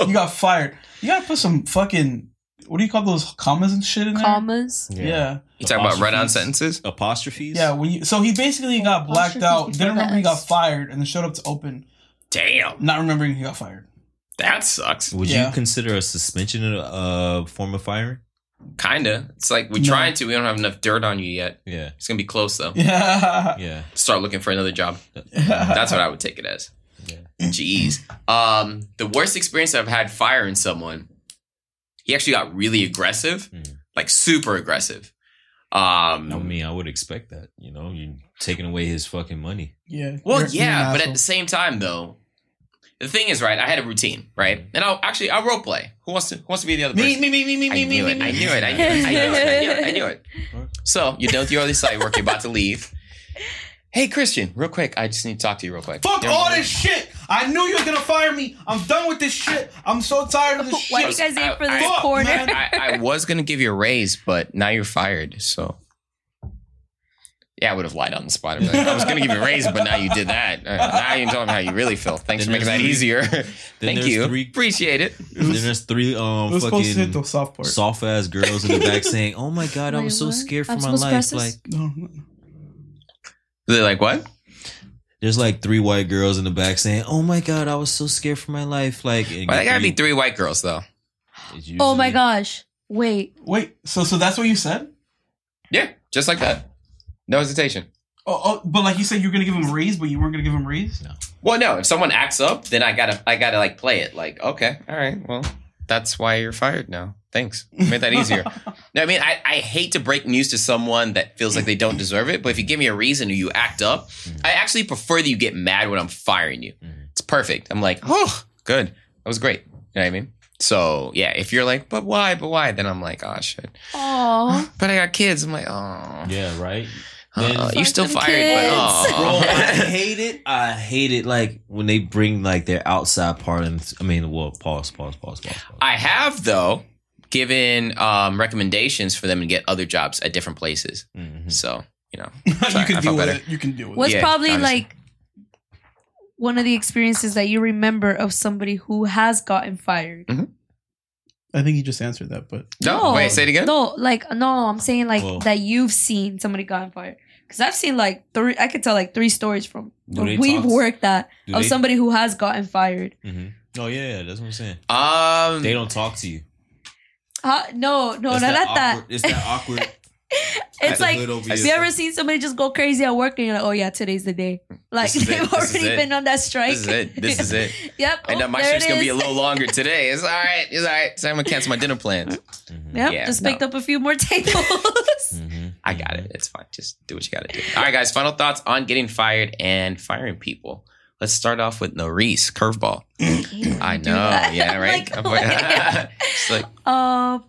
Speaker 4: some, you got fired. You gotta put some fucking what do you call those commas and shit in there?
Speaker 5: Commas.
Speaker 4: Yeah. yeah,
Speaker 3: you talking about run on sentences?
Speaker 6: Apostrophes.
Speaker 4: When you so he basically got blacked out, didn't remember he got fired, and then showed up to open,
Speaker 3: Damn,
Speaker 4: not remembering he got fired.
Speaker 3: that sucks.
Speaker 6: Would
Speaker 4: Yeah.
Speaker 6: you consider a suspension a uh, form of firing?
Speaker 3: Kinda. It's like we're
Speaker 4: No.
Speaker 3: trying to. We don't have enough dirt on you yet.
Speaker 6: Yeah.
Speaker 3: It's gonna be close though.
Speaker 4: Yeah.
Speaker 6: Yeah.
Speaker 3: Start looking for another job.
Speaker 4: yeah.
Speaker 3: That's what I would take it as. Jeez. Um, the worst experience I've had firing
Speaker 4: Hmm.
Speaker 3: someone, he actually got really aggressive,
Speaker 6: Mm.
Speaker 3: like super aggressive. Um,
Speaker 6: I mean, I would expect that. You know, you're taking away his fucking money.
Speaker 4: Yeah.
Speaker 3: Well,
Speaker 4: You're- you're an
Speaker 3: yeah, but at
Speaker 4: asshole.
Speaker 3: the same time, though, the thing is, right? I had a routine, right?
Speaker 4: Hmm.
Speaker 3: And I'll actually I'll role play. Who wants to Who wants to be the other person?
Speaker 7: me, me, me, me,
Speaker 3: I knew it. I knew it. I knew it. I knew it. I knew it. I knew it. So you done with your other site work. You're about to leave. Hey, Christian, real quick. I just need to talk to you real quick.
Speaker 4: Fuck
Speaker 3: You're-
Speaker 4: all this shit. I knew you were gonna fire me. I'm done with this shit. I'm so tired of this
Speaker 5: Why do you
Speaker 4: shit.
Speaker 5: guys aim for this
Speaker 4: Fuck,
Speaker 5: corner?
Speaker 4: man.
Speaker 3: I, I was gonna give you a raise, but now you're fired. So yeah, I would have lied on the spot. I'd be like, I was gonna give you a raise, but now you did that. Uh, now you tell me how you really feel. Thanks for
Speaker 6: Then
Speaker 3: making that
Speaker 6: there's three-
Speaker 3: easier. Thank
Speaker 6: there's
Speaker 3: you.
Speaker 6: three-
Speaker 3: Appreciate it.
Speaker 6: And then there's three um
Speaker 4: It was supposed to hit the
Speaker 6: fucking
Speaker 4: soft part.
Speaker 6: soft ass girls in the back saying, "Oh my god, I
Speaker 5: Wait,
Speaker 6: was so
Speaker 5: what?
Speaker 6: scared for
Speaker 5: I'm
Speaker 6: my
Speaker 5: supposed to
Speaker 6: life."
Speaker 5: press
Speaker 6: Like,
Speaker 5: this?
Speaker 4: No, no, no.
Speaker 3: They're like, what?
Speaker 6: there's like three white girls in the back saying, "Oh my god, I was so scared for my life." Like, and
Speaker 3: Why they gotta be
Speaker 6: you-
Speaker 3: three white girls though?
Speaker 6: it's usually-
Speaker 5: Oh my gosh. Wait.
Speaker 4: Wait. So, so that's what you said.
Speaker 3: Yeah, just like that. No hesitation.
Speaker 4: Oh, oh, but like you said, you were gonna give him a raise, but you weren't gonna give him a raise.
Speaker 3: Well, no. If someone acts up, then I gotta, I gotta like play it. Like, okay, all right, well, that's why you're fired now. Thanks, You made that easier. no, I mean, I, I hate to break news to someone that feels like they don't deserve it, but if you give me a reason or you act up, I actually prefer that you get mad when I'm firing you. It's perfect. I'm like, oh, good, that was great. You know what I mean? So yeah, if you're like, but why, but why? Then I'm like, oh shit.
Speaker 5: Aw.
Speaker 3: But I got kids. I'm like, oh,
Speaker 6: Yeah, right.
Speaker 3: uh, you're still
Speaker 5: Fuck
Speaker 3: fired.
Speaker 5: them kids.
Speaker 3: But,
Speaker 6: Bro,
Speaker 3: aw.
Speaker 6: I hate it. I hate it. Like when they bring like their outside part. And I mean, well, pause, pause, pause, pause. pause.
Speaker 3: I have though given um, recommendations for them to get other jobs at different places.
Speaker 6: Mhm.
Speaker 3: So you know,
Speaker 4: you
Speaker 3: Sorry, I
Speaker 4: can
Speaker 3: felt
Speaker 4: deal with
Speaker 3: better.
Speaker 4: it. You can deal with
Speaker 5: What's
Speaker 3: Yeah,
Speaker 5: probably
Speaker 3: honestly.
Speaker 5: like one of the experiences that you remember of somebody who has gotten fired?
Speaker 4: it. I think you just answered that, but
Speaker 3: no, wait, say it again.
Speaker 5: No, like no, I'm saying like
Speaker 6: Well-
Speaker 5: that you've seen somebody gotten fired. Because I've seen like three, I could tell like three stories from
Speaker 6: Do
Speaker 5: where
Speaker 6: they
Speaker 5: we've
Speaker 6: talk-
Speaker 5: worked at
Speaker 6: Do
Speaker 5: of
Speaker 6: they-
Speaker 5: somebody who has gotten fired.
Speaker 6: Mhm. Oh yeah, yeah, that's what I'm saying.
Speaker 3: Um,
Speaker 6: They don't talk to you.
Speaker 5: Huh? no, no,
Speaker 6: It's
Speaker 5: not at that.
Speaker 6: awkward- It's that awkward.
Speaker 5: It's
Speaker 6: the
Speaker 5: like,
Speaker 6: hood over
Speaker 5: have
Speaker 6: your-
Speaker 5: you ever seen somebody just go crazy at work and you're like, oh yeah, today's the day. Like
Speaker 3: Mm. This is it.
Speaker 5: they've
Speaker 3: This is
Speaker 5: already
Speaker 3: it.
Speaker 5: been on that strike.
Speaker 3: this is it. This is it.
Speaker 5: yep.
Speaker 3: I
Speaker 5: oh,
Speaker 3: know my
Speaker 5: there
Speaker 3: shift's
Speaker 5: it
Speaker 3: gonna be a
Speaker 5: is.
Speaker 3: little longer today. It's all right. It's all right. So I'm gonna cancel my dinner plans.
Speaker 5: Yep.
Speaker 3: Yeah,
Speaker 5: just
Speaker 3: no.
Speaker 5: picked up a few more tables.
Speaker 6: Mhm.
Speaker 3: I got it. It's fine. Just do what you gotta do. All right, guys. Final thoughts on getting fired and firing people. Let's start off with Norris curveball. Mm. I know. Yeah, right. Oh,
Speaker 5: Like, like-
Speaker 3: It's like,
Speaker 5: Um,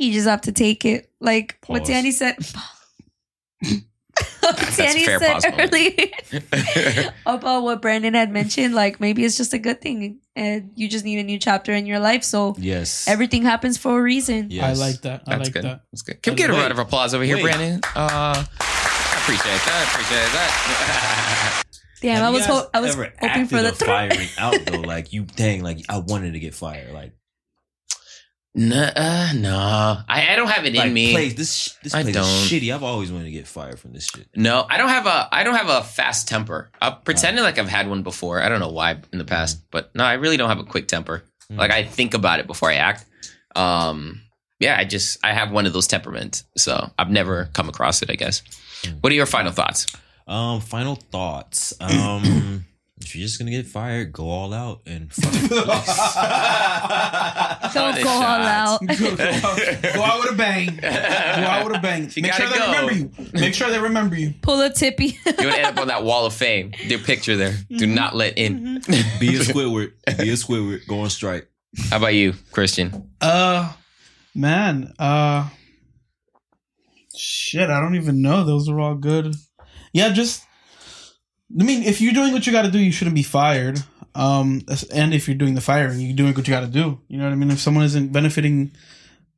Speaker 5: you just have to take it. Like what
Speaker 6: Pause.
Speaker 5: Danny said. What Danny
Speaker 3: fair
Speaker 5: said
Speaker 3: pause moment.
Speaker 5: earlier about what Brandon had mentioned. Like maybe it's just a good thing, and you just need a new chapter in your life. So
Speaker 6: Yes.
Speaker 5: everything happens for a reason.
Speaker 6: Yes.
Speaker 4: I like that. I
Speaker 3: That's
Speaker 4: like
Speaker 3: good.
Speaker 4: that.
Speaker 3: That's good. Can we get a
Speaker 6: Wait.
Speaker 3: round of applause over here,
Speaker 6: Wait.
Speaker 3: Brandon? Uh, I appreciate that. I appreciate that.
Speaker 5: Damn,
Speaker 6: Have
Speaker 5: I
Speaker 6: you
Speaker 5: was ho-
Speaker 6: guys
Speaker 5: I was
Speaker 6: ever
Speaker 5: hoping for
Speaker 6: acted
Speaker 5: the
Speaker 6: a firing out though. Like you, dang, like I wanted to get fired. Like,
Speaker 3: Nah, uh, no, I, I don't have it
Speaker 6: like
Speaker 3: in me.
Speaker 6: place this sh- this
Speaker 3: I
Speaker 6: place
Speaker 3: don't.
Speaker 6: is shitty. I've always wanted to get fired from this shit.
Speaker 3: No, I don't have a. I don't have a fast temper. I pretended like I've had one before. I don't know why in the past, but no, I really don't have a quick temper. Like I think about it before I act. Um, yeah, I just I have one of those temperaments, so I've never come across it. I guess. What are your final thoughts?
Speaker 6: Um, final thoughts. Um, if you're just gonna get fired, go all out and
Speaker 5: don't
Speaker 3: Cut
Speaker 5: go
Speaker 3: it
Speaker 5: all out.
Speaker 3: shots.
Speaker 4: go, go out with a bang. Go out with a bang. Make sure
Speaker 3: gotta
Speaker 4: they
Speaker 3: go.
Speaker 4: remember you. Make sure they remember you.
Speaker 5: Pull a tippy.
Speaker 3: You would end up on that wall of fame. Your picture there. Do not let in.
Speaker 6: be a Squidward. Be a Squidward. Go on strike.
Speaker 3: How about you, Christian?
Speaker 4: Uh, man. Uh, shit. I don't even know. Those were all good. Yeah, just. I mean, if you're doing what you got to do, you shouldn't be fired. Um, and if you're doing the firing, you're doing what you got to do. You know what I mean? If someone isn't benefiting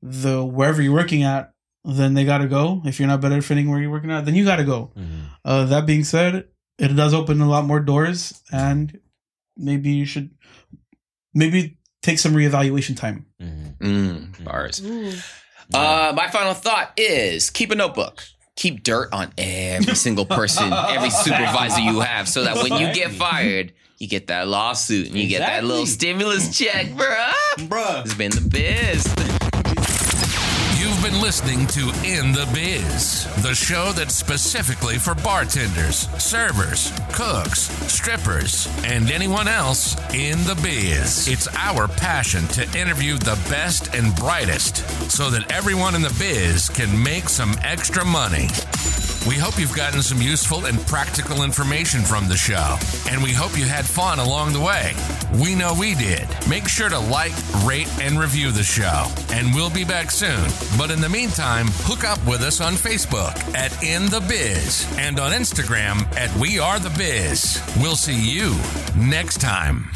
Speaker 4: the wherever you're working at, then they got to go. If you're not benefiting where you're working at, then you got to go. Uh, that being said, it does open a lot more doors, and maybe you should maybe take some reevaluation time.
Speaker 3: Mm, bars.
Speaker 5: Ooh.
Speaker 3: Uh, my final thought is keep a notebook. Keep dirt on every single person, every supervisor you have, so that when you get fired, you get that lawsuit and you get that little stimulus check, bruh.
Speaker 7: Bruh.
Speaker 3: It's been the best.
Speaker 1: You've You've been listening to In the Biz, the show that's specifically for bartenders, servers, cooks, strippers, and anyone else in the biz. It's our passion to interview the best and brightest so that everyone in the biz can make some extra money. We hope you've gotten some useful and practical information from the show, and we hope you had fun along the way. We know we did. Make sure to like, rate, and review the show, and we'll be back soon. But in the meantime, hook up with us on Facebook at In The Biz and on Instagram at We Are The Biz. We'll see you next time.